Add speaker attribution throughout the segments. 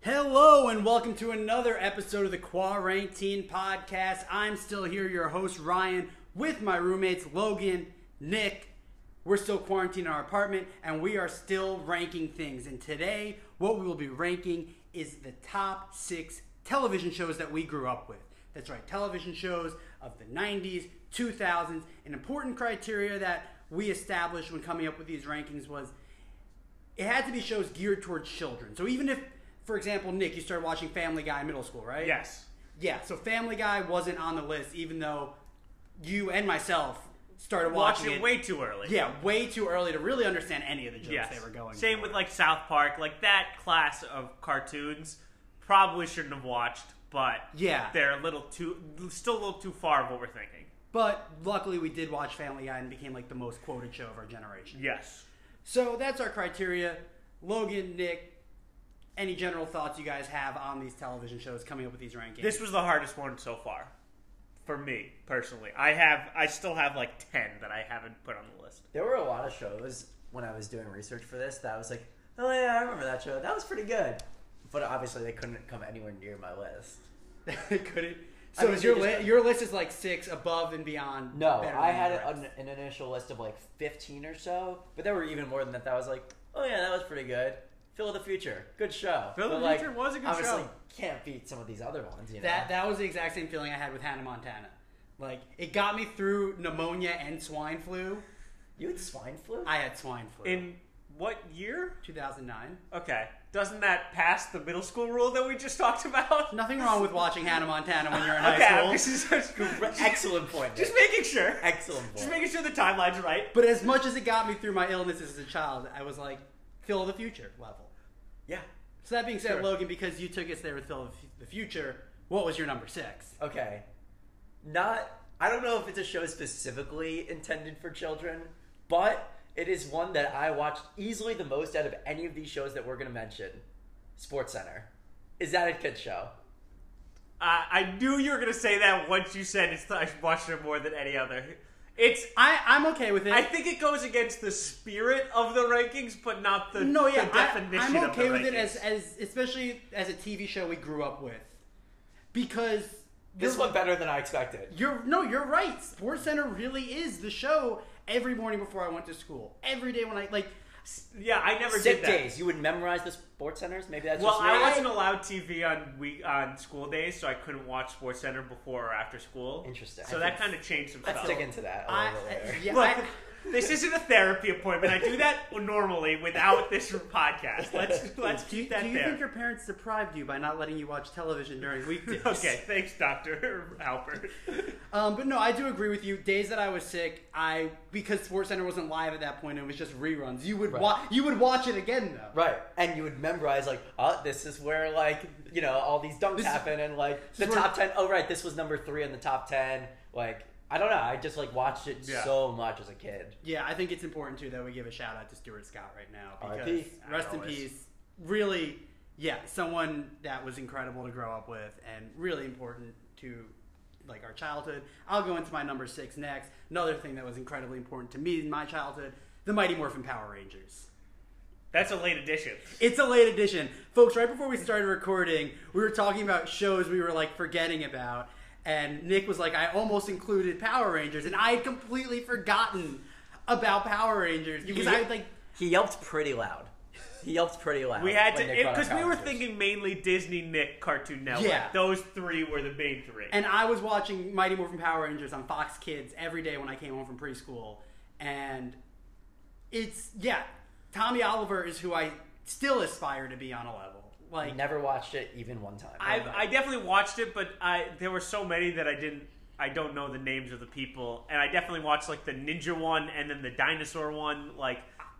Speaker 1: Hello and welcome to another episode of the Quarantine Podcast. I'm still here, your host Ryan, with my roommates Logan, Nick. We're still quarantined in our apartment and we are still ranking things. And today, what we will be ranking is the top six television shows that we grew up with. That's right, television shows of the 90s, 2000s. An important criteria that we established when coming up with these rankings was it had to be shows geared towards children. So even if, for example, Nick, you started watching Family Guy in middle school, right?
Speaker 2: Yes.
Speaker 1: Yeah. So Family Guy wasn't on the list, even though you and myself started watching,
Speaker 2: Watching it way too early.
Speaker 1: yeah, way too early to really understand any of the jokes
Speaker 2: Yes.
Speaker 1: they were going.
Speaker 2: Same
Speaker 1: for.
Speaker 2: with like South Park, like that class of cartoons. Probably shouldn't have watched, but
Speaker 1: Yeah.
Speaker 2: they're a little too, still a little too far of what we're thinking.
Speaker 1: But luckily, we did watch Family Guy and became like the most quoted show of our generation.
Speaker 2: Yes.
Speaker 1: So that's our criteria. Logan, Nick, any general thoughts you guys have on these television shows coming up with these rankings?
Speaker 2: This was the hardest one so far, for me personally. I have, I still have like ten that I haven't put on the list.
Speaker 3: There were a lot of shows when I was doing research for this that I was like, oh yeah, I remember that show. That was pretty good. But obviously, they couldn't come anywhere near my list.
Speaker 1: could it?
Speaker 3: I
Speaker 1: So
Speaker 3: mean,
Speaker 1: is
Speaker 3: they
Speaker 1: your
Speaker 3: just-
Speaker 1: li- your list is like six above and beyond?
Speaker 3: No,
Speaker 1: better
Speaker 3: I
Speaker 1: than
Speaker 3: had
Speaker 1: the rest.
Speaker 3: an, an initial list of like 15 or so, but there were even more than that. That I was like, oh yeah, that was pretty good. Phil of the Future, good show.
Speaker 2: Phil of
Speaker 3: But,
Speaker 2: the
Speaker 3: like,
Speaker 2: Future was a good
Speaker 3: obviously
Speaker 2: show.
Speaker 3: Can't beat some of these other ones. You know?
Speaker 1: that that was the exact same feeling I had with Hannah Montana. Like it got me through pneumonia and swine flu.
Speaker 3: you had swine flu.
Speaker 1: I had swine flu
Speaker 2: In what year?
Speaker 1: 2009.
Speaker 2: Okay, doesn't that pass the middle school rule that we just talked about?
Speaker 1: Nothing wrong with watching Hannah Montana when you're in high
Speaker 2: Okay,
Speaker 1: school.
Speaker 2: this is
Speaker 3: Excellent point.
Speaker 2: Just making sure.
Speaker 3: Excellent point.
Speaker 2: Just making sure the timeline's right.
Speaker 1: But as much as it got me through my illnesses as a child, I was like, Phil the Future level.
Speaker 3: yeah.
Speaker 1: So that being said,
Speaker 2: Sure.
Speaker 1: Logan, because you took us there with Phil the Fu- the Future, what was your number six?
Speaker 3: Okay. Not. I don't know if it's a show specifically intended for children, but it is one that I watched easily the most out of any of these shows that we're going to mention. Sports Center. Is that a kid show?
Speaker 2: I Uh, I knew you were gonna say that once you said it's. I watched it more than any other. It's.
Speaker 1: I, I'm okay with it.
Speaker 2: I think it goes against the spirit of the rankings, but not the,
Speaker 1: no, yeah,
Speaker 2: the
Speaker 1: I-
Speaker 2: definition
Speaker 1: I'm okay
Speaker 2: of the
Speaker 1: with it as,
Speaker 2: rankings.
Speaker 1: as especially as a TV show we grew up with, because
Speaker 3: This
Speaker 1: you're-
Speaker 3: one better than I expected.
Speaker 1: You're no, you're right. Sports Center really is the show every morning before I went to school. Every day when I like
Speaker 2: yeah, I never
Speaker 3: Sick
Speaker 2: did that.
Speaker 3: days. You would memorize the sports centers. Maybe that's
Speaker 2: Well,
Speaker 3: just
Speaker 2: I
Speaker 3: me.
Speaker 2: wasn't allowed TV on week on school days, so I couldn't watch Sports Center before or after school.
Speaker 3: Interesting.
Speaker 2: So
Speaker 3: I
Speaker 2: that
Speaker 3: think-
Speaker 2: kind of changed some
Speaker 3: Let's
Speaker 2: stuff.
Speaker 3: dig into that a
Speaker 1: I,
Speaker 3: little bit later.
Speaker 1: yeah,
Speaker 2: Oh, Look,
Speaker 1: I-
Speaker 2: this isn't a therapy appointment. I do that normally without this podcast. Let's let's
Speaker 1: do, you-
Speaker 2: keep that
Speaker 1: do you
Speaker 2: there.
Speaker 1: think your parents deprived you by not letting you watch television during weekdays?
Speaker 2: Okay, thanks, Doctor Halpert.
Speaker 1: Um, but no, I do agree with you. Days that I was sick, I because Sports Center wasn't live at that point, it was just reruns. You would
Speaker 3: Right.
Speaker 1: watch. You would watch it again though.
Speaker 3: Right, and you would memorize like, oh, this is where like you know all these dunks
Speaker 1: This is-
Speaker 3: happen, and like the
Speaker 1: is where-
Speaker 3: top ten. Oh, right, this was number three in the top ten. Like I don't know, I just like watched it
Speaker 2: Yeah.
Speaker 3: so much as a kid.
Speaker 1: Yeah, I think it's important too that we give a shout out to Stuart Scott right now because
Speaker 3: R.I.P..
Speaker 1: rest in
Speaker 2: Always.
Speaker 1: peace. Really, yeah, someone that was incredible to grow up with and really important to like our childhood. I'll go into my number six next. Another thing that was incredibly important to me in my childhood: the Mighty Morphin Power Rangers.
Speaker 2: That's a late addition.
Speaker 1: It's a late edition. Folks, right before we started recording, we were talking about shows we were like forgetting about. And Nick was like, I almost included Power Rangers, and I had completely forgotten about Power Rangers because I had like
Speaker 3: He yelped pretty loud. He yelped pretty loud.
Speaker 2: We had
Speaker 3: when
Speaker 2: to
Speaker 3: Nick brought up
Speaker 2: because we were
Speaker 3: Power Rangers.
Speaker 2: thinking mainly Disney, Nick, Cartoon Network.
Speaker 1: Yeah.
Speaker 2: Those three were the main three.
Speaker 1: and I was watching Mighty Morphin Power Rangers on Fox Kids every day when I came home from preschool. And it's yeah, Tommy Oliver is who I still aspire to be on a level.
Speaker 3: I
Speaker 1: Like
Speaker 3: never watched it even one time.
Speaker 2: I I definitely watched it, but I there were so many that I didn't. I don't know the names of the people, and I definitely watched like the ninja one and then the dinosaur one. Like,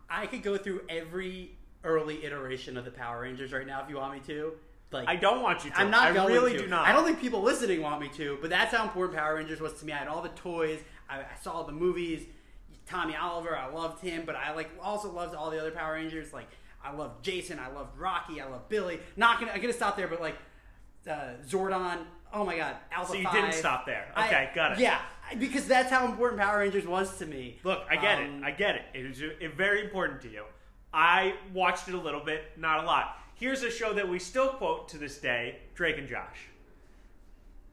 Speaker 1: I could go through every early iteration of the Power Rangers right now if you want me to. Like
Speaker 2: I don't want you to.
Speaker 1: I'm not
Speaker 2: I
Speaker 1: going
Speaker 2: really
Speaker 1: to.
Speaker 2: do not.
Speaker 1: I don't think people listening want me to, but that's how important Power Rangers was to me. I had all the toys. I, I saw all the movies. Tommy Oliver, I loved him, but I like also loved all the other Power Rangers. Like I loved Jason, I loved Rocky, I loved Billy. Not gonna, I'm gonna stop there, but like uh, Zordon. Oh my God, Alpha.
Speaker 2: So you didn't
Speaker 1: Five.
Speaker 2: stop there.
Speaker 1: I-
Speaker 2: Okay, got it.
Speaker 1: Yeah, I- because that's how important Power Rangers was to me.
Speaker 2: Look, I get
Speaker 1: Um,
Speaker 2: it. I get it. It is it very important to you. I watched it a little bit, not a lot. here's a show that we still quote to this day Drake and Josh.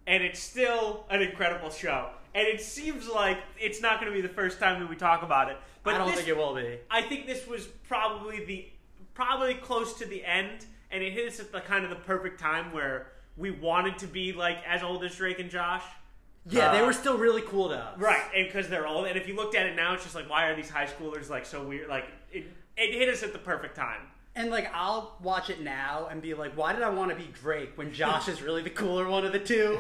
Speaker 2: And it's still an incredible show. And it seems like it's not going to be the first time that we talk about it. But
Speaker 3: I don't
Speaker 2: this-
Speaker 3: think it will be.
Speaker 2: I think this was probably the probably close to the end, and it hit us at the kind of the perfect time where we wanted to be like as old as Drake and Josh,
Speaker 1: Yeah, they
Speaker 3: Uh,
Speaker 1: were still really cool to us.
Speaker 2: right? And because they're old, and if you looked at it now, it's just like why are these high schoolers like so weird? Like it, it hit us at the perfect time.
Speaker 1: And like I'll watch it now and be like, why did I want to be Drake when Josh is really the cooler one of the two?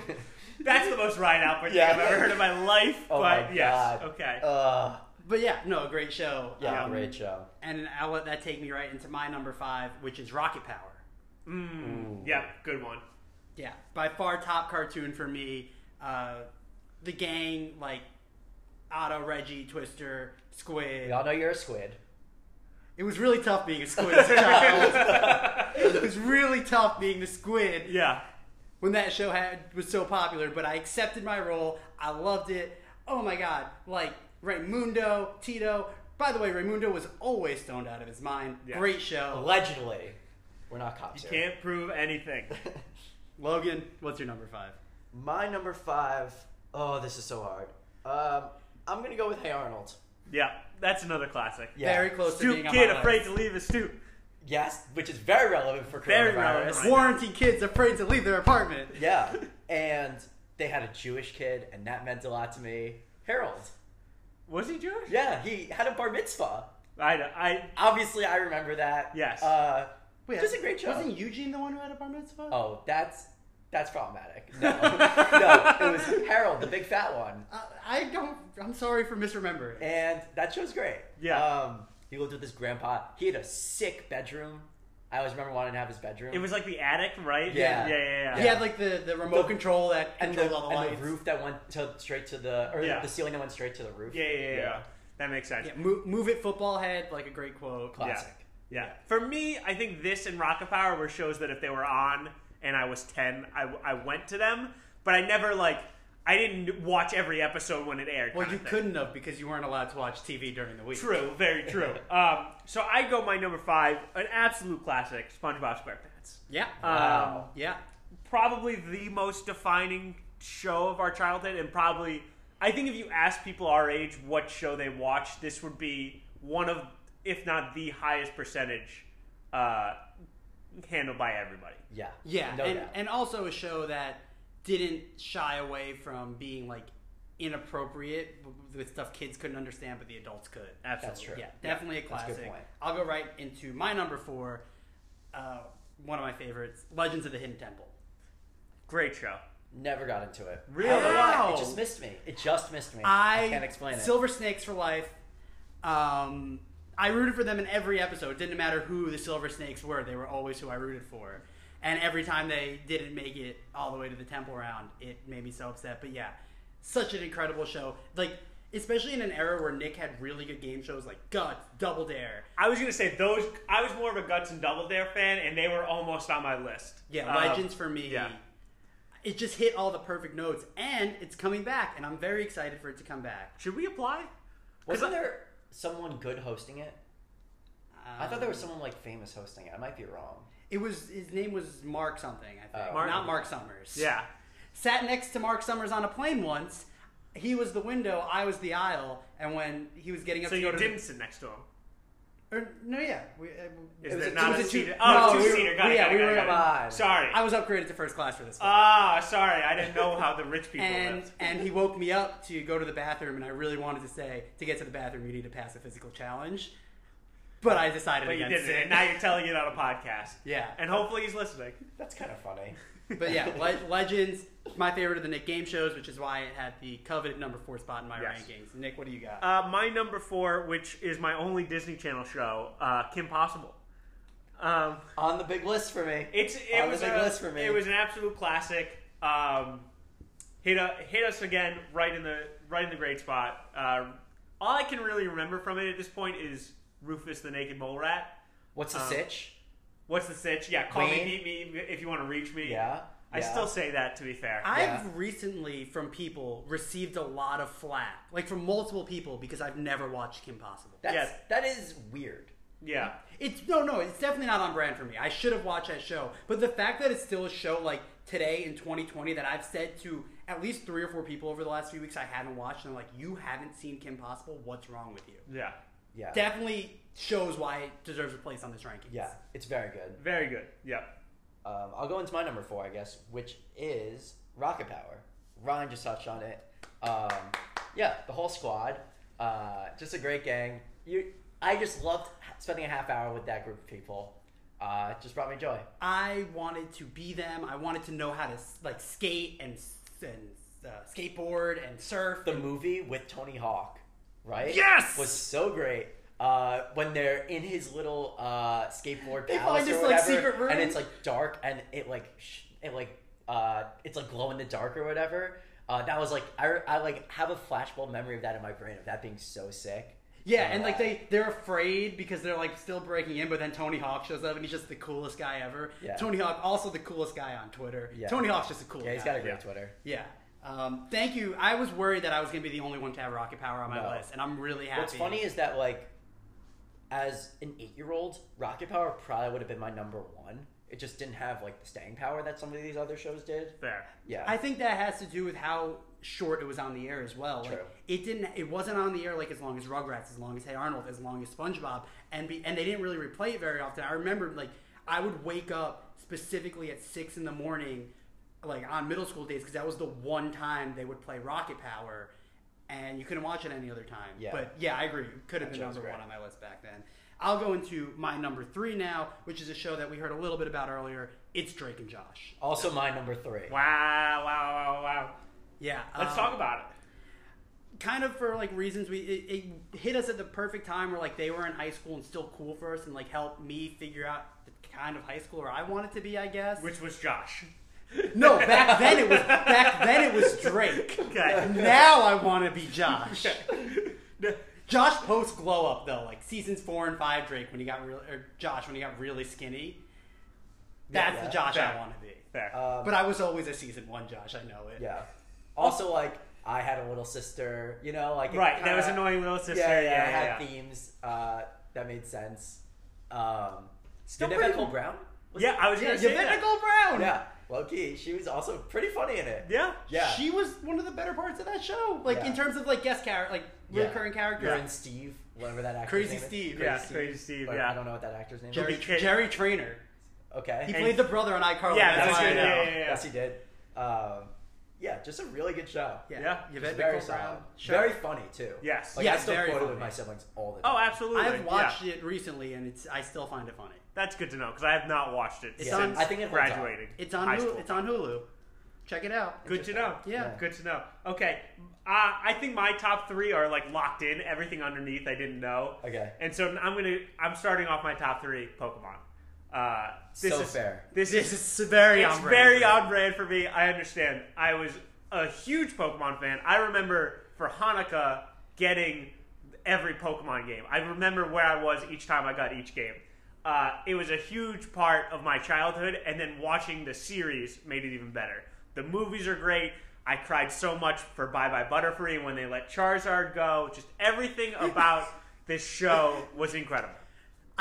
Speaker 2: That's the most ride out thing
Speaker 3: Yeah.
Speaker 2: I've ever heard in my life.
Speaker 3: Oh
Speaker 2: but
Speaker 3: my
Speaker 2: yes,
Speaker 3: God.
Speaker 2: okay.
Speaker 3: Uh,
Speaker 1: But yeah, no, a great show.
Speaker 3: yeah,
Speaker 1: Um,
Speaker 3: great show.
Speaker 1: And I'll let that take me right into my number five, which is Rocket Power.
Speaker 2: Mm, yeah, good one.
Speaker 1: Yeah, by far top cartoon for me. Uh, the gang, like Otto, Reggie, Twister, Squid.
Speaker 3: We all know you're a squid.
Speaker 1: It was really tough being a squid as a child. it was really tough being the squid
Speaker 2: Yeah,
Speaker 1: when that show had was so popular, but I accepted my role. I loved it. Oh my god, like Raimundo, Tito. By the way, Raimundo was always stoned out of his mind.
Speaker 2: Yeah.
Speaker 1: Great show.
Speaker 3: Allegedly, we're not cops
Speaker 2: you
Speaker 3: here.
Speaker 2: can't prove anything.
Speaker 1: Logan, what's your number five?
Speaker 3: My number five. Oh, this is so hard. Um, I'm gonna go with Hey Arnold.
Speaker 2: Yeah, that's another classic.
Speaker 3: Yeah.
Speaker 1: Very close to
Speaker 2: Stoop
Speaker 1: being on
Speaker 2: kid
Speaker 1: my list.
Speaker 2: afraid to leave his stoop.
Speaker 3: Yes, which is very relevant for coronavirus.
Speaker 2: Very relevant right
Speaker 1: Quarantine kids afraid to leave their apartment.
Speaker 3: Yeah, and they had a Jewish kid, and that meant a lot to me. Harold.
Speaker 2: Was he Jewish?
Speaker 3: Yeah, he had a bar mitzvah.
Speaker 2: I, I
Speaker 3: Obviously, I remember that.
Speaker 2: Yes.
Speaker 3: Uh,
Speaker 1: Wait,
Speaker 3: just a great show.
Speaker 1: Wasn't Eugene the one who had a bar mitzvah?
Speaker 3: Oh, that's that's problematic. No, no, it was Harold, the big fat one,
Speaker 1: I, Uh, I don't. I'm sorry for misremembering.
Speaker 3: and that show's great.
Speaker 2: Yeah.
Speaker 3: Um, he lived with his grandpa. He had a sick bedroom. I always remember wanting to have his bedroom.
Speaker 2: It was like the attic, right?
Speaker 3: Yeah.
Speaker 2: yeah, yeah.
Speaker 1: He
Speaker 2: yeah.
Speaker 1: had like the, the remote
Speaker 3: The-
Speaker 1: control that
Speaker 3: and the,
Speaker 1: controlled all the
Speaker 3: and the
Speaker 1: lights.
Speaker 3: roof that went to straight to the or
Speaker 2: Yeah.
Speaker 3: the ceiling that went straight to the roof.
Speaker 2: Yeah, yeah, yeah, yeah. That makes sense.
Speaker 1: Yeah,
Speaker 2: Yeah.
Speaker 1: move, move it, football head. Like a great quote.
Speaker 3: Classic.
Speaker 2: For me, I think this and Rocket Power were shows that if they were on and I was 10, I, I went to them, but I never, like, I didn't watch every episode when it aired.
Speaker 1: Well,
Speaker 2: kinda
Speaker 1: you
Speaker 2: thing.
Speaker 1: couldn't have because you weren't allowed to watch TV during the week.
Speaker 2: True, very true. um, so I go my number five, an absolute classic SpongeBob SquarePants. Um,
Speaker 1: Yeah.
Speaker 3: Wow.
Speaker 1: Uh, yeah.
Speaker 2: probably the most defining show of our childhood, and probably I think if you ask people our age what show they watched, this would be one of, if not the highest percentage, uh, handled by everybody.
Speaker 3: yeah,
Speaker 1: Yeah.
Speaker 3: No
Speaker 1: and,
Speaker 3: doubt.
Speaker 1: and also a show that didn't shy away from being like inappropriate w- with stuff kids couldn't understand but the adults could.
Speaker 2: Absolutely.
Speaker 3: true.
Speaker 1: Yeah, definitely a
Speaker 3: that's a
Speaker 1: classic.
Speaker 3: good point.
Speaker 1: I'll go right into my number four, uh, one of my favorites, Legends of the Hidden Temple.
Speaker 2: Great show.
Speaker 3: never got into it.
Speaker 2: Really?
Speaker 3: I don't know why.
Speaker 1: Wow.
Speaker 3: It just missed me. It just missed me.
Speaker 1: I,
Speaker 3: can't explain it.
Speaker 1: Silver Snakes for life. Um, I rooted for them in every episode. It didn't matter who the Silver Snakes were; they were always who I rooted for. And every time they didn't make it all the way to the temple round, it made me so upset. But yeah, such an incredible show. Like, especially in an era where Nick had really good game shows like Guts, Double Dare.
Speaker 2: I was gonna say those. I was more of a Guts and Double Dare fan, and they were almost on my list.
Speaker 1: Yeah,
Speaker 2: Um,
Speaker 3: uh,
Speaker 1: Legends for me.
Speaker 2: yeah.
Speaker 1: It just hit all the perfect notes, and it's coming back, and I'm very excited for it to come back.
Speaker 2: Should we apply?
Speaker 3: Wasn't there someone good hosting it? I thought there was
Speaker 1: Um,
Speaker 3: someone like famous hosting it. I might be wrong.
Speaker 1: It was his name was Mark something, I think.
Speaker 3: Oh.
Speaker 2: Mark-
Speaker 1: Not Mark Summers.
Speaker 2: Yeah.
Speaker 1: Sat next to Mark Summers on a plane once. He was the window, I was the aisle, and when he was getting up
Speaker 2: So
Speaker 1: to
Speaker 2: you
Speaker 1: go to
Speaker 2: didn't sit next to him.
Speaker 1: or, no, yeah, we, uh,
Speaker 2: Is
Speaker 1: it was
Speaker 2: there
Speaker 1: a-
Speaker 2: not
Speaker 1: it
Speaker 2: a
Speaker 1: was two-
Speaker 2: seater? Oh,
Speaker 1: no, we were-
Speaker 2: seater. Got it.
Speaker 1: yeah,
Speaker 2: got it,
Speaker 1: we
Speaker 2: got
Speaker 1: were
Speaker 2: it,
Speaker 1: in a-
Speaker 2: got it.
Speaker 3: vibe.
Speaker 2: Sorry.
Speaker 1: I was upgraded to first class for this. one.
Speaker 2: Ah, sorry. I didn't know how the rich people
Speaker 1: and
Speaker 2: lived.
Speaker 1: and he woke me up to go to the bathroom, and I really wanted to say to get to the bathroom you need to pass a physical challenge, but I decided
Speaker 2: But you
Speaker 1: against
Speaker 2: didn't,
Speaker 1: it.
Speaker 2: and now you're telling it on a podcast.
Speaker 1: Yeah.
Speaker 2: And hopefully he's listening.
Speaker 3: That's kind of funny.
Speaker 1: But yeah, Le- Legends, my favorite of the Nick game shows, which is why it had the coveted number four spot in my
Speaker 2: Yes.
Speaker 1: rankings. Nick, what do you got?
Speaker 2: Uh, my number four, which is my only Disney Channel show, uh, Kim Possible. Um,
Speaker 3: On the big list for me.
Speaker 2: it's it
Speaker 3: On the
Speaker 2: was
Speaker 3: big
Speaker 2: a,
Speaker 3: list for me.
Speaker 2: it was an absolute classic. Um, hit a, hit us again right in the right in the great spot. Uh, all I can really remember from it at this point is Rufus the Naked Mole Rat.
Speaker 3: What's the
Speaker 2: um,
Speaker 3: sitch?
Speaker 2: What's the sitch? Yeah, call
Speaker 3: Wayne?
Speaker 2: me, beat me if you want to reach me.
Speaker 3: Yeah.
Speaker 2: I
Speaker 3: yeah.
Speaker 2: still say that to be fair.
Speaker 1: I've
Speaker 3: Yeah.
Speaker 1: recently, from people, received a lot of flack, like from multiple people, because I've never watched Kim Possible.
Speaker 3: That's,
Speaker 2: Yeah.
Speaker 3: That is weird.
Speaker 2: Yeah.
Speaker 1: It's no, no. It's definitely not on brand for me. I should have watched that show, but the fact that it's still a show like today in 2020 that I've said to at least three or four people over the last few weeks I haven't watched, and I'm like, you haven't seen Kim Possible. What's wrong with you?
Speaker 2: Yeah.
Speaker 3: Yeah.
Speaker 1: Definitely shows why it deserves a place on this ranking.
Speaker 3: yeah. It's very good.
Speaker 2: Very good. Yeah.
Speaker 3: Um, I'll go into my number four, I guess, which is Rocket Power. Ryan just touched on it. Um, yeah, the whole squad, uh, just a great gang. You, I just loved spending a half hour with that group of people. Uh, it just brought me joy.
Speaker 1: I wanted to be them. I wanted to know how to like skate and and uh, skateboard and surf.
Speaker 3: The movie with Tony Hawk, right?
Speaker 2: Yes!
Speaker 3: was so great. Uh, when they're in his little uh, skateboard
Speaker 1: They
Speaker 3: palace
Speaker 1: find
Speaker 3: or
Speaker 1: this, like,
Speaker 3: whatever,
Speaker 1: secret room.
Speaker 3: and it's like dark, and it like sh- it like uh, it's like glow in the dark or whatever. Uh, that was like I, I like have a flashbulb memory of that in my brain of that being so sick.
Speaker 1: Yeah,
Speaker 3: Uh,
Speaker 1: and like they they're afraid because they're like still breaking in, but then Tony Hawk shows up and he's just the coolest guy ever.
Speaker 3: Yeah.
Speaker 1: Tony Hawk also the coolest guy on Twitter.
Speaker 3: Yeah.
Speaker 1: Tony Hawk's just a cool
Speaker 3: yeah,
Speaker 1: guy.
Speaker 3: he's got a great
Speaker 2: Yeah.
Speaker 3: Twitter.
Speaker 1: yeah. Um, thank you. I was worried that I was gonna be the only one to have Rocket Power on my
Speaker 3: No.
Speaker 1: list, and I'm really happy.
Speaker 3: What's funny is that like as an eight year old, Rocket Power probably would have been my number one. It just didn't have like the staying power that some of these other shows did.
Speaker 2: Fair.
Speaker 3: Yeah,
Speaker 1: I think that has to do with how short it was on the air as well. Like,
Speaker 3: True.
Speaker 1: it didn't. It wasn't on the air like as long as Rugrats, as long as Hey Arnold, as long as SpongeBob, and be, and they didn't really replay it very often. I remember like I would wake up specifically at six in the morning, like on middle school days, because that was the one time they would play Rocket Power, and you couldn't watch it any other time.
Speaker 3: Yeah.
Speaker 1: But yeah, I agree. Could have
Speaker 3: That
Speaker 1: been
Speaker 3: show was
Speaker 1: number
Speaker 3: great.
Speaker 1: one on my list back then. I'll go into my number three now, which is a show that we heard a little bit about earlier. It's Drake and Josh.
Speaker 3: also my number three.
Speaker 2: Wow, wow, wow, wow.
Speaker 1: Yeah.
Speaker 2: Let's
Speaker 1: um,
Speaker 2: talk about it.
Speaker 1: kind of for like reasons we it, it hit us at the perfect time where like they were in high school and still cool for us and like helped me figure out the kind of high schooler I wanted to be, I guess.
Speaker 2: Which was Josh.
Speaker 1: no, back then it was back then it was Drake.
Speaker 2: Okay.
Speaker 1: Now I want to be Josh.
Speaker 2: No,
Speaker 1: Josh post glow up though, like seasons four and five Drake when he got real or Josh when he got really skinny. That's
Speaker 3: Yeah,
Speaker 1: the Josh
Speaker 2: fair.
Speaker 1: I want to be.
Speaker 2: Fair.
Speaker 3: Um,
Speaker 1: But I was always a season one Josh. I know it.
Speaker 3: Yeah. Also, like I had a little sister, you know, like it
Speaker 2: right. That was
Speaker 3: kinda-
Speaker 2: annoying little sister.
Speaker 3: Yeah, yeah,
Speaker 2: Yeah, yeah,
Speaker 3: I
Speaker 2: yeah.
Speaker 3: had themes uh, that made sense. Um,
Speaker 2: Still
Speaker 3: Yvette
Speaker 2: pretty-
Speaker 3: Nicole Brown. Was
Speaker 2: Yeah, I was
Speaker 1: Yeah,
Speaker 2: gonna say
Speaker 1: Yvette
Speaker 2: that.
Speaker 1: Nicole Brown.
Speaker 3: it? Yeah, low key, she was also pretty funny in it.
Speaker 2: Yeah.
Speaker 3: yeah.
Speaker 1: She was one of the better parts of that show. Like
Speaker 3: Yeah.
Speaker 1: in terms of like guest character, like
Speaker 3: Yeah.
Speaker 1: recurring
Speaker 3: Her
Speaker 1: character.
Speaker 3: and Steve, whatever that actor's
Speaker 1: Crazy
Speaker 3: name is.
Speaker 1: Steve.
Speaker 2: Yeah,
Speaker 1: Crazy
Speaker 2: Crazy
Speaker 1: Steve.
Speaker 2: Steve.
Speaker 3: But I
Speaker 2: Yeah.
Speaker 3: don't know what that actor's name
Speaker 1: Jerry,
Speaker 3: is.
Speaker 2: Kid.
Speaker 1: Jerry Trainer.
Speaker 3: Okay.
Speaker 1: He
Speaker 2: And-
Speaker 1: played the brother on iCarly.
Speaker 2: Yeah,
Speaker 1: that's
Speaker 2: that's
Speaker 1: why I
Speaker 2: right,
Speaker 1: know.
Speaker 2: yeah, yeah, yeah.
Speaker 3: Yes, he did. Um, yeah, just a really good show.
Speaker 1: Yeah.
Speaker 2: Yeah.
Speaker 1: Yvette
Speaker 3: Just very
Speaker 1: Nicole
Speaker 3: solid.
Speaker 1: Brown. Sure.
Speaker 3: Very funny too.
Speaker 2: Yes.
Speaker 3: Like I
Speaker 1: Yes,
Speaker 3: still
Speaker 1: very
Speaker 3: quote it with
Speaker 1: funny.
Speaker 3: my siblings all the time.
Speaker 2: Oh, absolutely.
Speaker 1: I've watched
Speaker 2: Yeah.
Speaker 1: it recently and it's I still find it funny.
Speaker 2: That's good to know because I have not watched it
Speaker 1: It's
Speaker 3: Yeah.
Speaker 1: on-
Speaker 2: since
Speaker 3: I think it holds up.
Speaker 2: graduating.
Speaker 1: It's on
Speaker 2: high
Speaker 1: Hulu,
Speaker 2: school.
Speaker 1: it's on Hulu. Check it out.
Speaker 2: Good to know.
Speaker 1: Yeah.
Speaker 3: Yeah.
Speaker 2: Good to know. Okay. Uh, I think my top three are like locked in. Everything underneath I didn't know.
Speaker 3: Okay.
Speaker 2: And so I'm gonna I'm starting off my top three Pokemon. Uh, this
Speaker 3: So
Speaker 2: is,
Speaker 3: fair.
Speaker 2: This,
Speaker 1: This
Speaker 2: is
Speaker 1: is very
Speaker 2: it's
Speaker 1: on brand
Speaker 2: very
Speaker 1: for you.
Speaker 2: on brand for me. I understand. I was a huge Pokemon fan. I remember for Hanukkah getting every Pokemon game. I remember where I was each time I got each game. Uh, it was a huge part of my childhood, and then watching the series made it even better. The movies are great. I cried so much for Bye Bye Butterfree when they let Charizard go. Just everything about this show was incredible.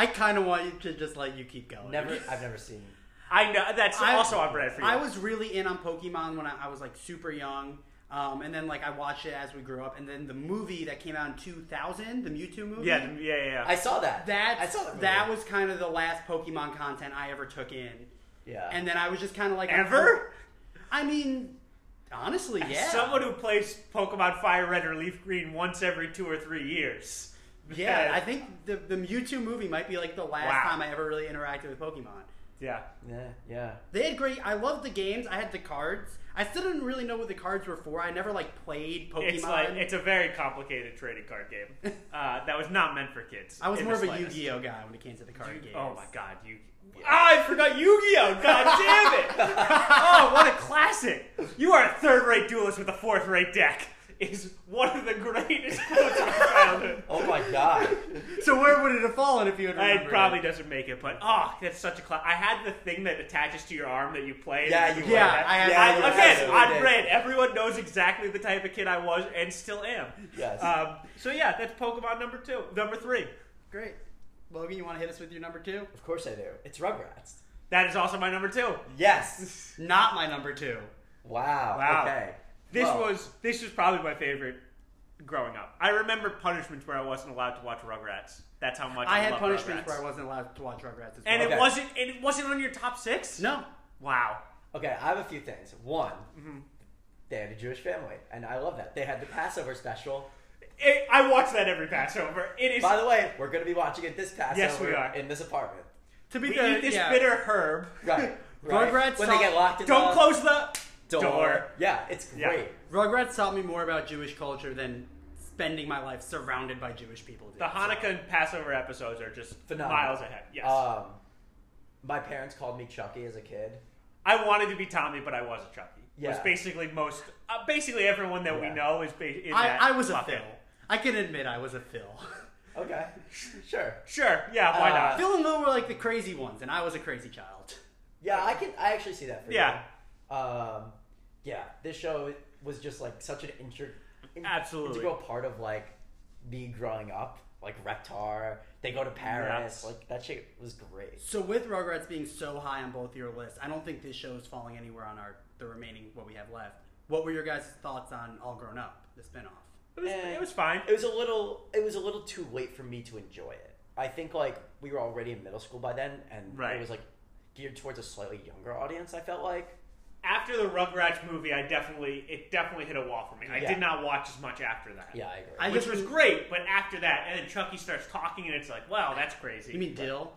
Speaker 1: I kinda want you to just let you keep going.
Speaker 3: Never, I've never seen.
Speaker 2: I know that's
Speaker 1: I-
Speaker 2: also on brand for you.
Speaker 1: I was really in on Pokemon when I, I was like super young. Um, and then like I watched it as we grew up, and then the movie that came out in 2000, the Mewtwo movie.
Speaker 2: yeah, yeah, yeah. yeah.
Speaker 3: I saw that.
Speaker 1: That's,
Speaker 3: I saw that. movie.
Speaker 1: that was kind of the last Pokemon content I ever took in.
Speaker 3: Yeah.
Speaker 1: And then I was just kind of like
Speaker 2: Ever?
Speaker 1: I mean, honestly, yeah.
Speaker 2: Someone who plays Pokemon Fire Red or Leaf Green once every two or three years.
Speaker 1: yeah, I think the the Mewtwo movie might be like the last
Speaker 2: Wow.
Speaker 1: time I ever really interacted with Pokemon.
Speaker 2: Yeah.
Speaker 3: Yeah, yeah.
Speaker 1: They had great. I loved the games. I had the cards. I still didn't really know what the cards were for. I never like played Pokemon.
Speaker 2: It's like it's a very complicated trading card game uh, that was not meant for kids.
Speaker 1: I was
Speaker 2: in
Speaker 1: more
Speaker 2: the
Speaker 1: of a
Speaker 2: slightest.
Speaker 1: Yu-Gi-Oh guy when it came to the card games.
Speaker 2: Oh my god, Yu!
Speaker 3: Yeah.
Speaker 2: Ah, I forgot Yu-Gi-Oh! God damn it! oh, what a classic! You are a third-rate duelist with a fourth-rate deck. Is one of the greatest quotes of my childhood.
Speaker 3: Oh my god.
Speaker 1: So where would it have fallen if you had remembered?
Speaker 2: It probably doesn't make it, but oh, that's such a class. I had the thing that attaches to your arm that you play.
Speaker 3: Yeah, you
Speaker 2: can
Speaker 3: were.
Speaker 2: play
Speaker 1: Yeah,
Speaker 2: that.
Speaker 1: I had-
Speaker 3: yeah,
Speaker 2: I,
Speaker 3: you
Speaker 1: were.
Speaker 2: again,
Speaker 3: absolutely
Speaker 2: on
Speaker 3: did.
Speaker 2: brand. Everyone knows exactly the type of kid I was and still am.
Speaker 3: Yes.
Speaker 2: Uh, Um, so yeah, that's Pokemon number two, number three.
Speaker 1: Great. Logan, you want to hit us with your number two?
Speaker 3: Of course I do. It's Rugrats.
Speaker 2: That is also my number two.
Speaker 3: Yes.
Speaker 1: Not my number two.
Speaker 3: Wow.
Speaker 2: Wow.
Speaker 3: Okay.
Speaker 2: This
Speaker 3: Whoa.
Speaker 2: was this was probably my favorite growing up. I remember punishments where I wasn't allowed to watch Rugrats. That's how much I,
Speaker 1: I had
Speaker 2: love
Speaker 1: punishments
Speaker 2: Rugrats.
Speaker 1: where I wasn't allowed to watch Rugrats. As well.
Speaker 2: And
Speaker 3: Okay.
Speaker 2: it wasn't and it wasn't on your top six.
Speaker 1: no,
Speaker 2: Wow.
Speaker 3: Okay, I have a few things. One,
Speaker 2: Mm-hmm.
Speaker 3: they had a Jewish family, and I love that. They had the Passover special.
Speaker 2: It, I watch that every Passover. It is.
Speaker 3: By the way, we're going to be watching it this Passover
Speaker 2: Yes, we are.
Speaker 3: in this apartment.
Speaker 1: to be
Speaker 2: we
Speaker 1: fair,
Speaker 2: eat this
Speaker 1: yeah.
Speaker 2: bitter herb.
Speaker 3: Right. right.
Speaker 1: Rugrats
Speaker 3: when
Speaker 1: saw-
Speaker 3: they get locked in
Speaker 2: Don't
Speaker 3: the
Speaker 2: close the
Speaker 3: door.
Speaker 2: door.
Speaker 3: Yeah, it's great.
Speaker 2: Yeah.
Speaker 1: Rugrats taught me more about Jewish culture than spending my life surrounded by Jewish people. Did.
Speaker 2: The Hanukkah and Passover episodes are just
Speaker 3: Phenomenal.
Speaker 2: miles ahead. Yes.
Speaker 3: Um, my parents called me Chucky as a kid.
Speaker 2: I wanted to be Tommy, but I was a Chucky.
Speaker 3: Yeah.
Speaker 2: Was basically most, uh, basically everyone that we
Speaker 3: Yeah.
Speaker 2: know is. Ba- in that
Speaker 1: I, I was a
Speaker 2: bucket.
Speaker 1: Phil. I can admit I was a Phil.
Speaker 3: Okay, sure.
Speaker 2: Sure. Yeah. Why
Speaker 3: Uh,
Speaker 2: not?
Speaker 1: Phil and Lil were like the crazy ones, and I was a crazy child.
Speaker 3: Yeah, I can. I actually see that for
Speaker 2: Yeah.
Speaker 3: you. Um, yeah, this show was just like such an integ- in-
Speaker 2: Absolutely.
Speaker 3: integral part of like me growing up. Like Reptar, they go to Paris.
Speaker 2: Yes.
Speaker 3: Like that shit was great.
Speaker 1: So with Rugrats being so high on both your lists, I don't think this show is falling anywhere on our the remaining what we have left. What were your guys' thoughts on All Grown Up, the spinoff?
Speaker 2: It was,
Speaker 3: Eh.
Speaker 2: it was fine.
Speaker 3: It was a little. It was a little too late for me to enjoy it. I think like we were already in middle school by then, and
Speaker 2: Right.
Speaker 3: it was like geared towards a slightly younger audience. I felt like.
Speaker 2: After the Rugrats movie, I definitely it definitely hit a wall for me. I
Speaker 3: Yeah.
Speaker 2: did not watch as much after that.
Speaker 3: Yeah, I agree.
Speaker 1: I
Speaker 2: Which
Speaker 1: just
Speaker 2: was great, but after that, and then Chucky starts talking, and it's like, wow, that's crazy.
Speaker 1: You mean Dill,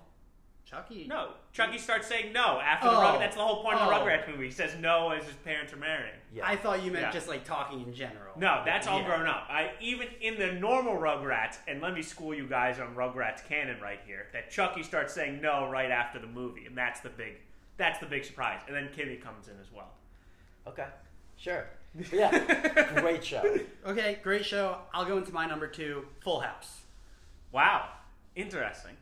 Speaker 1: Chucky?
Speaker 2: No, Chucky starts saying no after the
Speaker 1: Oh.
Speaker 2: Rugrats. That's the whole point of the
Speaker 1: Oh.
Speaker 2: Rugrats movie. He says no as his parents are marrying.
Speaker 3: yeah.
Speaker 1: I thought you meant
Speaker 2: Yeah.
Speaker 1: just like talking in general.
Speaker 2: No, that's all
Speaker 1: Yeah.
Speaker 2: grown up. I even in the normal Rugrats, and let me school you guys on Rugrats canon right here. That Chucky starts saying no right after the movie, and that's the big, that's the big surprise. And then Kimmy comes in as well.
Speaker 3: okay. Sure. But yeah. great show.
Speaker 1: Okay, great show. I'll go into my number two, Full House.
Speaker 2: Wow, interesting.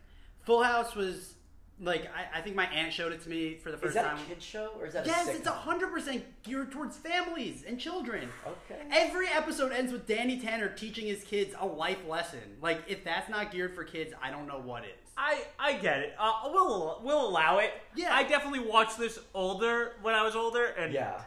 Speaker 1: Full House was like I, I think my aunt showed it to me for the first
Speaker 3: Is that
Speaker 1: time.
Speaker 3: a kid show or is that
Speaker 1: Yes,
Speaker 3: a sitcom?
Speaker 1: it's hundred percent geared towards families and children.
Speaker 3: Okay.
Speaker 1: Every episode ends with Danny Tanner teaching his kids a life lesson. Like if that's not geared for kids, I don't know what is.
Speaker 2: I I get it. Uh, we'll we'll allow it.
Speaker 1: Yeah.
Speaker 2: I definitely watched this older when I was older, and
Speaker 3: Yeah.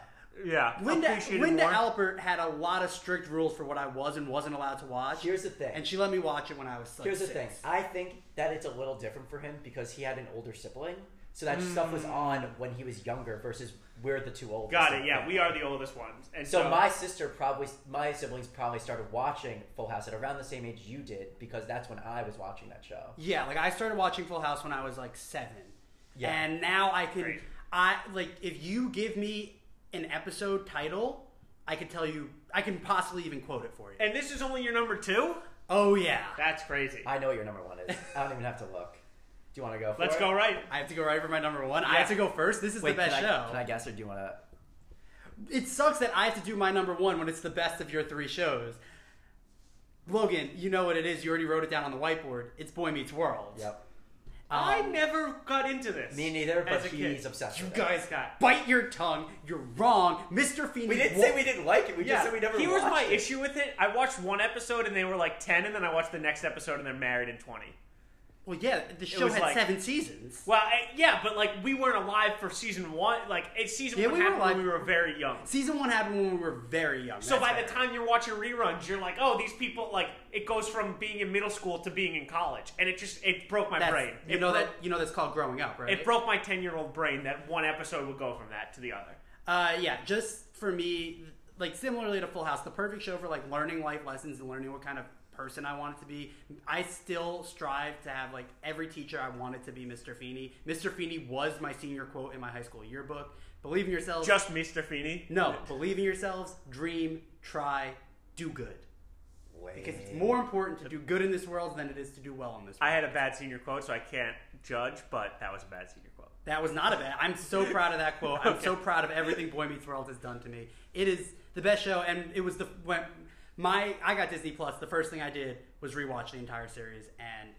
Speaker 2: yeah.
Speaker 1: Linda
Speaker 2: appreciated
Speaker 1: Linda
Speaker 2: more.
Speaker 1: Alpert had a lot of strict rules for what I was and wasn't allowed to watch.
Speaker 3: Here's the thing.
Speaker 1: and she let me watch it when I was like
Speaker 3: Here's the
Speaker 1: six.
Speaker 3: thing. I think that it's a little different for him because he had an older sibling, so that stuff was on when he was younger versus we're the two oldest.
Speaker 2: Mm. Got it. Yeah, we are the oldest ones, and
Speaker 3: So
Speaker 2: so
Speaker 3: my sister probably, my siblings probably started watching Full House at around the same age you did because that's when I was watching that show.
Speaker 1: Yeah, like I started watching Full House when I was like seven.
Speaker 3: Yeah.
Speaker 1: And now I can
Speaker 2: Crazy.
Speaker 1: I like if you give me an episode title, I could tell you I can possibly even quote it for you.
Speaker 2: And this is only your number two?
Speaker 1: oh yeah.
Speaker 2: That's crazy.
Speaker 3: I know what your number one is. I don't even have to look. Do you want to go? For
Speaker 2: Let's
Speaker 3: it?
Speaker 2: go right.
Speaker 1: I have to go right for my number one. I have to go first. This is
Speaker 3: Wait,
Speaker 1: the best
Speaker 3: can I,
Speaker 1: show.
Speaker 3: Can I guess or do you want to?
Speaker 1: It sucks that I have to do my number one when it's the best of your three shows. Logan, you know what it is. You already wrote it down on the whiteboard. It's Boy Meets World.
Speaker 3: Yep.
Speaker 2: I
Speaker 1: Um,
Speaker 2: never got into this.
Speaker 3: Me neither,
Speaker 2: as
Speaker 3: but
Speaker 2: a
Speaker 3: he's
Speaker 2: kid.
Speaker 3: obsessed.
Speaker 1: You
Speaker 3: with it.
Speaker 1: guys
Speaker 2: Scott.
Speaker 1: bite your tongue. You're wrong. Mr. Phoenix.
Speaker 3: We didn't
Speaker 1: wa-
Speaker 3: say we didn't like it. We
Speaker 2: Yeah,
Speaker 3: just said we never.
Speaker 2: Here was
Speaker 3: watched
Speaker 2: my
Speaker 3: it.
Speaker 2: issue with it. I watched one episode and they were like 10, and then I watched the next episode and they're married in 20.
Speaker 1: Well, yeah, the show
Speaker 2: was
Speaker 1: had
Speaker 2: like-
Speaker 1: seven seasons.
Speaker 2: Well, I, yeah, but like we weren't alive for season one. Like it, season
Speaker 1: Yeah,
Speaker 2: one
Speaker 1: we were
Speaker 2: happened when
Speaker 1: alive.
Speaker 2: we were very young.
Speaker 1: Season one happened when we were very young.
Speaker 2: So
Speaker 1: that's
Speaker 2: by the
Speaker 1: fair.
Speaker 2: time you're watching reruns, you're like, oh, these people like it goes from being in middle school to being in college, and it just it broke my
Speaker 1: That's-
Speaker 2: brain.
Speaker 1: you
Speaker 2: it
Speaker 1: know
Speaker 2: broke,
Speaker 1: that you know that's called growing up, right?
Speaker 2: it broke my 10 year old brain that one episode would go from that to the other.
Speaker 1: uh, yeah, just for me, like similarly to Full House, the perfect show for like learning life lessons and learning what kind of person I wanted to be. I still strive to have like every teacher I wanted to be Mr. Feeney. Mr. Feeney was my senior quote in my high school yearbook. Believe in yourselves.
Speaker 2: Just Mr. Feeney.
Speaker 1: no, believe in yourselves. Dream, try, do good. Because it's more important to do good in this world than it is to do well in this world.
Speaker 2: I had a bad senior quote, so I can't judge, but that was a bad senior quote.
Speaker 1: That was not a bad. I'm so proud of that quote. I'm so
Speaker 2: Okay.
Speaker 1: proud of everything Boy Meets World has done to me. It is the best show, and it was the when my I got Disney Plus. The first thing I did was rewatch the entire series, and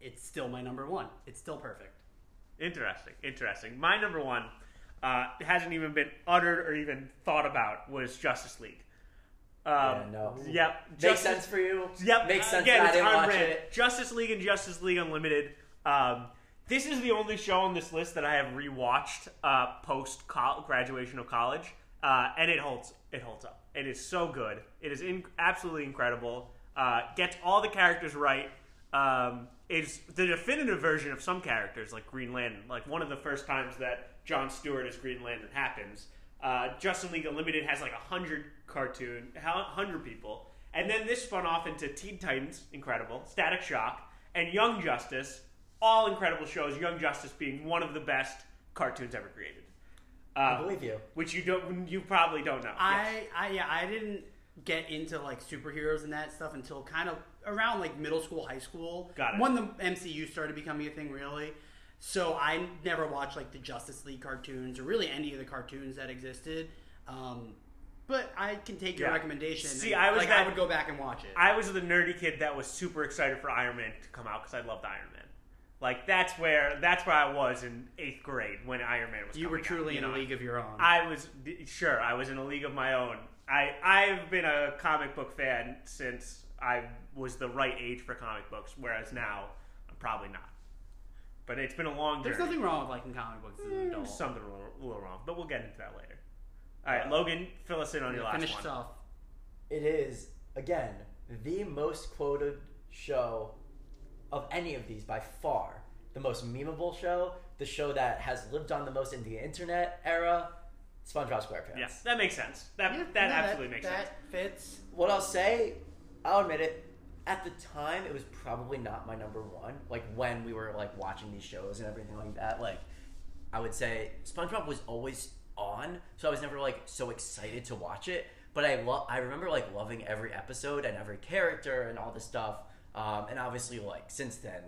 Speaker 1: it's still my number one. It's still perfect.
Speaker 2: Interesting, interesting. My number one uh, hasn't even been uttered or even thought about was Justice League. Um,
Speaker 3: Yeah, no.
Speaker 2: Yep.
Speaker 3: Makes
Speaker 2: Justice-
Speaker 3: sense for you.
Speaker 2: Yep.
Speaker 3: Makes sense
Speaker 2: Again,
Speaker 3: that I
Speaker 2: it's
Speaker 3: didn't
Speaker 2: on
Speaker 3: watch
Speaker 2: brand.
Speaker 3: it.
Speaker 2: Justice League and Justice League Unlimited. Um, this is the only show on this list that I have rewatched uh, post co- graduation of college, uh, and it holds it holds up. It is so good. It is in- absolutely incredible. Uh, gets all the characters right. Um, is the definitive version of some characters like Green Lantern. Like one of the first times that John Stewart as Green Lantern happens. Uh, Justin League Unlimited has like a hundred cartoon, hundred people, and then this spun off into Teen Titans, incredible, Static Shock, and Young Justice, all incredible shows. Young Justice being one of the best cartoons ever created. Uh,
Speaker 3: I believe you.
Speaker 2: Which you don't, you probably don't know. Yes.
Speaker 1: I, I yeah, I didn't get into like superheroes and that stuff until kind of around like middle school, high school.
Speaker 2: Got it.
Speaker 1: When the MCU started becoming a thing, really. So I never watched like the Justice League cartoons or really any of the cartoons that existed. Um, but I can take your
Speaker 2: Yeah.
Speaker 1: recommendation.
Speaker 2: See,
Speaker 1: and,
Speaker 2: I was
Speaker 1: like I
Speaker 2: that-
Speaker 1: would go back and watch it.
Speaker 2: I was the nerdy kid that was super excited for Iron Man to come out because I loved Iron Man. Like that's where that's where I was in eighth grade when Iron Man was.
Speaker 1: you were
Speaker 2: coming out,
Speaker 1: truly
Speaker 2: you
Speaker 1: in a
Speaker 2: know?
Speaker 1: league of your own.
Speaker 2: I was d- sure I was in a league of my own. I I've been a comic book fan since I was the right age for comic books, whereas now I'm probably not. But it's been a long
Speaker 1: There's
Speaker 2: journey.
Speaker 1: nothing wrong with liking comic books as
Speaker 2: Mm,
Speaker 1: an adult.
Speaker 2: Something a little, a little wrong, but we'll get into that later. All right, Logan, fill us in on your last
Speaker 1: Finish
Speaker 2: one.
Speaker 1: us off.
Speaker 3: It is, again, the most quoted show of any of these by far. The most memeable show, the show that has lived on the most in the internet era, SpongeBob SquarePants.
Speaker 2: Yes, that makes sense. That
Speaker 1: Yeah,
Speaker 2: that
Speaker 1: no,
Speaker 2: absolutely makes sense.
Speaker 1: That fits.
Speaker 3: What I'll say, I'll admit it, at the time it was probably not my number one. Like when we were like watching these shows and everything like that, like I would say SpongeBob was always on, so I was never like so excited to watch it. But I love I remember like loving every episode and every character and all this stuff. Um, and obviously like since then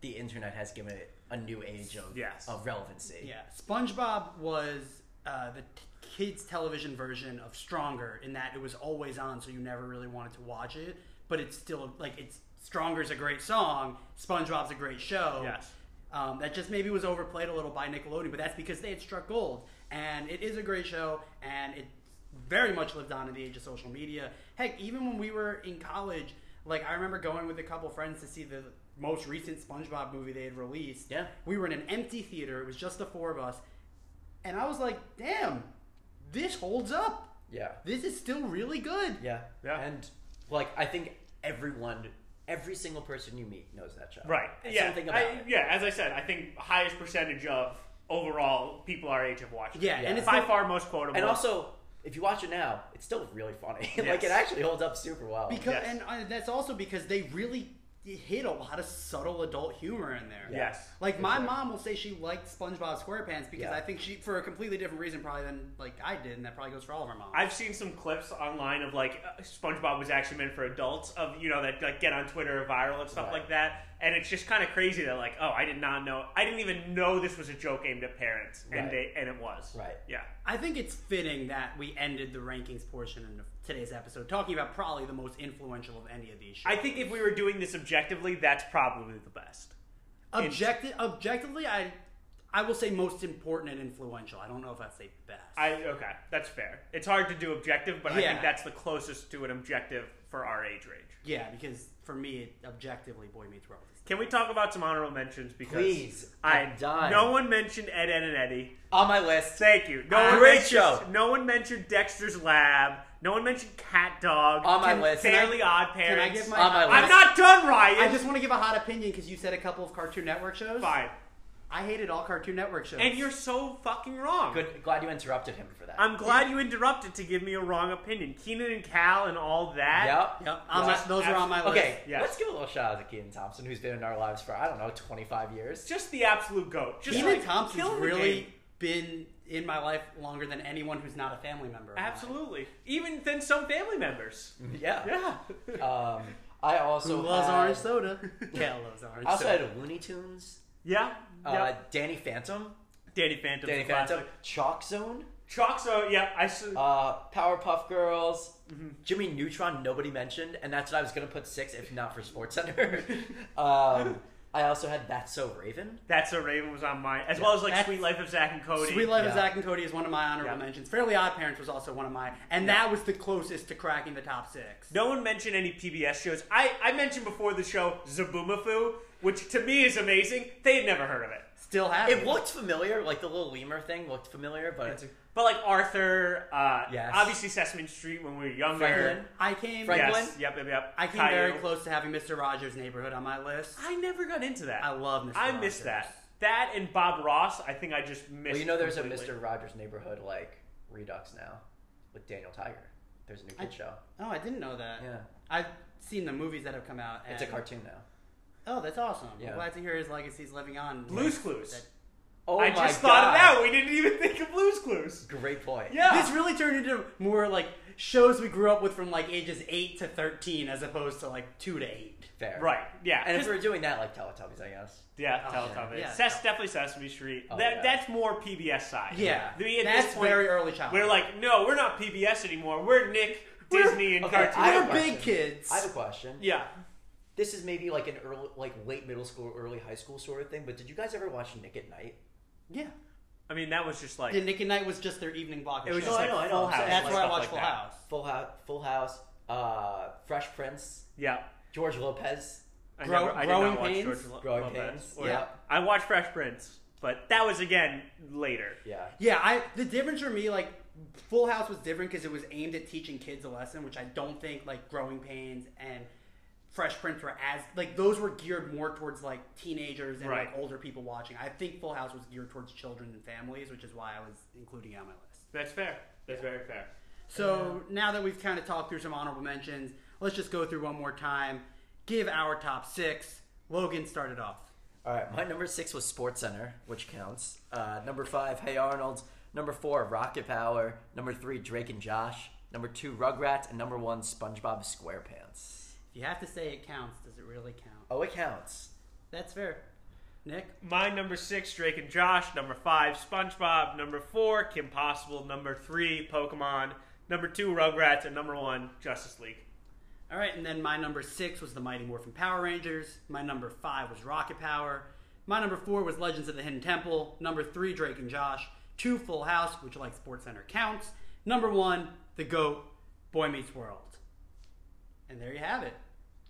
Speaker 3: the internet has given it a new age of
Speaker 2: Yes.
Speaker 3: of relevancy.
Speaker 1: Yeah, SpongeBob was uh, the t- kids' television version of Stronger in that it was always on, so you never really wanted to watch it. But it's still like it's Stronger's a great song. SpongeBob's a great show.
Speaker 2: Yes.
Speaker 1: Um, that just maybe was overplayed a little by Nickelodeon, but that's because they had struck gold, and it is a great show, and it very much lived on in the age of social media. Heck, even when we were in college, like I remember going with a couple friends to see the most recent SpongeBob movie they had released.
Speaker 3: Yeah.
Speaker 1: We were in an empty theater. It was just the four of us. And I was like, damn, this holds up.
Speaker 3: Yeah.
Speaker 1: This is still really good.
Speaker 3: Yeah.
Speaker 2: Yeah.
Speaker 3: And like I think everyone every single person you meet knows that show.
Speaker 2: Right.
Speaker 3: And
Speaker 2: yeah.
Speaker 3: Something about
Speaker 2: I-
Speaker 3: it.
Speaker 2: Yeah. As I said, I think highest percentage of overall people our age have watched. it.
Speaker 1: Yeah,
Speaker 3: and it's
Speaker 2: by
Speaker 1: not-
Speaker 2: far most quotable.
Speaker 3: And also, if you watch it now, it's still really funny. like
Speaker 2: Yes.
Speaker 3: it actually holds up super well.
Speaker 1: Because
Speaker 2: Yes.
Speaker 1: and uh, that's also because they really hit a lot of subtle adult humor in there.
Speaker 3: Yeah.
Speaker 2: yes.
Speaker 1: Like my
Speaker 3: Sure.
Speaker 1: mom will say she liked SpongeBob SquarePants because
Speaker 3: Yeah.
Speaker 1: I think she for a completely different reason probably than like I did, and that probably goes for all of our moms.
Speaker 2: I've seen some clips online of like uh, SpongeBob was actually meant for adults of you know that like get on Twitter viral and stuff
Speaker 3: Right.
Speaker 2: like that, and it's just kind of crazy that like oh I did not know I didn't even know this was a joke aimed at parents and
Speaker 3: Right.
Speaker 2: they and it was
Speaker 3: Right.
Speaker 2: yeah
Speaker 1: I think it's fitting that we ended the rankings portion in today's episode talking about probably the most influential of any of these shows.
Speaker 2: I think if we were doing this objectively that's probably the best
Speaker 1: Objecti- objectively, I I will say most important and influential. I don't know if I'd say best.
Speaker 2: I okay that's fair it's hard to do objective but I
Speaker 1: Yeah.
Speaker 2: think that's the closest to an objective for our age range
Speaker 1: yeah, because for me, it, objectively, Boy Meets World. is-
Speaker 2: can we talk about some honorable mentions because
Speaker 3: Please,
Speaker 2: I
Speaker 3: I'm dying.
Speaker 2: no one mentioned Ed Ed and Eddie
Speaker 3: on my list,
Speaker 2: Thank you. No
Speaker 3: Uh,
Speaker 2: one
Speaker 3: great
Speaker 2: mentioned,
Speaker 3: show.
Speaker 2: No one mentioned Dexter's Lab. No one mentioned Cat Dog.
Speaker 3: On my
Speaker 2: Can-
Speaker 3: list.
Speaker 2: Fairly Odd
Speaker 1: Can
Speaker 2: Parents.
Speaker 1: I give my?
Speaker 3: On my
Speaker 2: I'm
Speaker 3: list.
Speaker 2: not done, Ryan.
Speaker 1: I just want to give a hot opinion because you said a couple of Cartoon Network shows.
Speaker 2: fine.
Speaker 1: I hated all Cartoon Network shows.
Speaker 2: And you're so fucking wrong.
Speaker 3: good. Glad you interrupted him for that.
Speaker 2: I'm glad you interrupted to give me a wrong opinion. Keenan and Cal and all that.
Speaker 3: Yep.
Speaker 1: Yep, on
Speaker 2: Just
Speaker 1: my- those are on my list.
Speaker 3: Okay,
Speaker 2: Yes.
Speaker 3: let's give a little shout out to Keaton Thompson, who's been in our lives for I don't know, 25 years.
Speaker 2: Just the absolute goat. Just
Speaker 1: Keenan
Speaker 2: like, killing
Speaker 1: Thompson's
Speaker 2: the
Speaker 1: really
Speaker 2: game.
Speaker 1: been in my life longer than anyone who's not a family member. of mine.
Speaker 2: Absolutely. Even than some family members.
Speaker 3: Mm. Yeah.
Speaker 2: Yeah.
Speaker 3: Um, I also
Speaker 1: Who loves
Speaker 3: had,
Speaker 1: orange soda? Cal loves orange
Speaker 3: I also
Speaker 1: soda.
Speaker 3: had Looney Tunes,
Speaker 2: yeah.
Speaker 3: uh,
Speaker 2: Yep.
Speaker 3: Danny Phantom,
Speaker 2: Danny Phantom.
Speaker 3: Danny Phantom, Chalk Zone,
Speaker 2: Chalk Zone. Yeah. I. s-
Speaker 3: uh, Powerpuff Girls, Jimmy Neutron, nobody mentioned, and that's what I was gonna put six if not for Sports Center. um, I also had That's So Raven.
Speaker 2: That's So Raven was on mine, as well as like
Speaker 1: That's-
Speaker 2: Sweet Life of Zach and Cody.
Speaker 1: Sweet Life of
Speaker 3: Yeah.
Speaker 1: Zach and Cody is one of my honorable
Speaker 2: Yeah.
Speaker 1: mentions. Fairly Odd Parents was also one of my, and that was the closest to cracking the top six.
Speaker 2: No one mentioned any PBS shows. I, I mentioned before the show Zaboomafoo, which to me is amazing. They had never heard of it.
Speaker 1: Still have
Speaker 3: It looked familiar, like the little lemur thing looked familiar, but
Speaker 2: But like Arthur, uh,
Speaker 3: Yes.
Speaker 2: obviously Sesame Street when we were younger.
Speaker 3: Franklin.
Speaker 1: I came.
Speaker 3: Frank-
Speaker 2: Yes.
Speaker 3: Franklin?
Speaker 2: Yep, yep, yep.
Speaker 1: I came
Speaker 2: Caillou.
Speaker 1: very close to having Mr. Rogers' Neighborhood on my list.
Speaker 2: I never got into that.
Speaker 1: I love Mr.
Speaker 2: I
Speaker 1: Rogers.
Speaker 2: missed that. That and Bob Ross, I think I just missed.
Speaker 3: well, you know, there's
Speaker 2: completely.
Speaker 3: a Mr. Rogers Neighborhood like Redux now with Daniel Tiger. There's a new kid
Speaker 1: I-
Speaker 3: show.
Speaker 1: Oh, I didn't know that.
Speaker 3: Yeah,
Speaker 1: I've seen the movies that have come out. And,
Speaker 3: it's a cartoon now.
Speaker 1: Oh, that's awesome. I'm
Speaker 3: Yeah.
Speaker 1: glad to hear his legacy's living on.
Speaker 2: Blue's
Speaker 1: Like,
Speaker 2: Clues.
Speaker 1: that-
Speaker 3: Oh
Speaker 2: I
Speaker 3: my
Speaker 2: just
Speaker 3: God.
Speaker 2: thought it out. We didn't even think of Blue's Clues.
Speaker 3: Great point.
Speaker 2: Yeah.
Speaker 1: This really turned into more like shows we grew up with from like ages 8 to 13 as opposed to like 2 to 8.
Speaker 3: fair.
Speaker 2: Right. Yeah.
Speaker 3: And if
Speaker 2: 'Cause-
Speaker 3: we're doing that, like Teletubbies, I guess.
Speaker 2: yeah,
Speaker 1: Oh,
Speaker 2: Teletubbies.
Speaker 1: yeah.
Speaker 2: Ses- definitely Sesame Street.
Speaker 3: Oh,
Speaker 2: that,
Speaker 3: yeah.
Speaker 2: That's more PBS side.
Speaker 1: Yeah.
Speaker 2: We- at
Speaker 1: that's
Speaker 2: this point,
Speaker 1: very early childhood.
Speaker 2: We're like, no, we're not PBS anymore. We're Nick,
Speaker 1: We're-
Speaker 2: Disney, and
Speaker 3: okay,
Speaker 2: cartoons.
Speaker 3: I
Speaker 1: we're
Speaker 3: have a
Speaker 1: big
Speaker 3: question.
Speaker 1: kids.
Speaker 3: I have a question.
Speaker 2: yeah.
Speaker 3: This is maybe like an early, like late middle school, early high school sort of thing. But did you guys ever watch Nick at Night?
Speaker 1: yeah.
Speaker 2: I mean, that was just like
Speaker 1: The Nick and Night was just their evening block.
Speaker 2: It
Speaker 1: of
Speaker 2: was
Speaker 1: shows.
Speaker 2: just like
Speaker 3: No, I know, I know.
Speaker 2: Full
Speaker 3: I'm
Speaker 2: House.
Speaker 3: saying,
Speaker 1: that's
Speaker 2: and
Speaker 1: where Oh, I
Speaker 2: stuff
Speaker 1: watched
Speaker 2: like
Speaker 1: Full
Speaker 2: that.
Speaker 1: House.
Speaker 3: Full House, Full House, uh, Fresh Prince,
Speaker 2: Yeah.
Speaker 3: George Lopez,
Speaker 2: I
Speaker 1: Grow-
Speaker 2: never, I did
Speaker 1: Growing
Speaker 2: not watch
Speaker 1: Pains?
Speaker 2: George Lo-
Speaker 3: Growing
Speaker 2: Lopez.
Speaker 3: Pains.
Speaker 2: Or-
Speaker 3: Yeah.
Speaker 2: I watched Fresh Prince, but that was again later.
Speaker 3: Yeah.
Speaker 1: Yeah, I the difference for me like Full House was different because it was aimed at teaching kids a lesson, which I don't think like Growing Pains and Fresh Prince were as like those were geared more towards like teenagers and
Speaker 2: Right.
Speaker 1: like older people watching. I think Full House was geared towards children and families, which is why I was including it on my list.
Speaker 2: That's fair. That's very fair.
Speaker 1: So now that we've kind of talked through some honorable mentions, let's just go through one more time. Give our top six. Logan started off.
Speaker 3: All right, my number six was Sports Center, which counts. Uh, number five, Hey Arnold. Number four, Rocket Power. Number three, Drake and Josh. Number two, Rugrats, and number one, SpongeBob SquarePants.
Speaker 1: If you have to say it counts, does it really count?
Speaker 3: Oh, it counts.
Speaker 1: That's fair. Nick,
Speaker 2: My number six, Drake and Josh. Number five, SpongeBob. Number four, Kim Possible. Number three, Pokemon. Number two, Rugrats, and number one, Justice League.
Speaker 1: All right, and then my number six was the Mighty Morphin Power Rangers. My number five was Rocket Power. My number four was Legends of the Hidden Temple. Number three, Drake and Josh. Two, Full House, which like Sports Center counts. Number one, The Goat, Boy Meets World. And there you have it.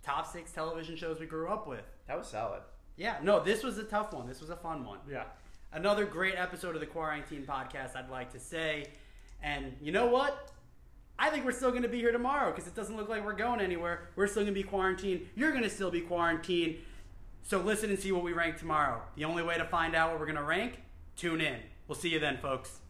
Speaker 1: Top six television shows we grew up with.
Speaker 3: That was solid.
Speaker 1: Yeah, no, this was a tough one. This was a fun one.
Speaker 2: Yeah.
Speaker 1: Another great episode of the Quarantine Podcast, I'd like to say. And you know what? I think we're still going to be here tomorrow because it doesn't look like we're going anywhere. We're still going to be quarantined. You're going to still be quarantined. So listen and see what we rank tomorrow. The only way to find out what we're going to rank, tune in. We'll see you then, folks.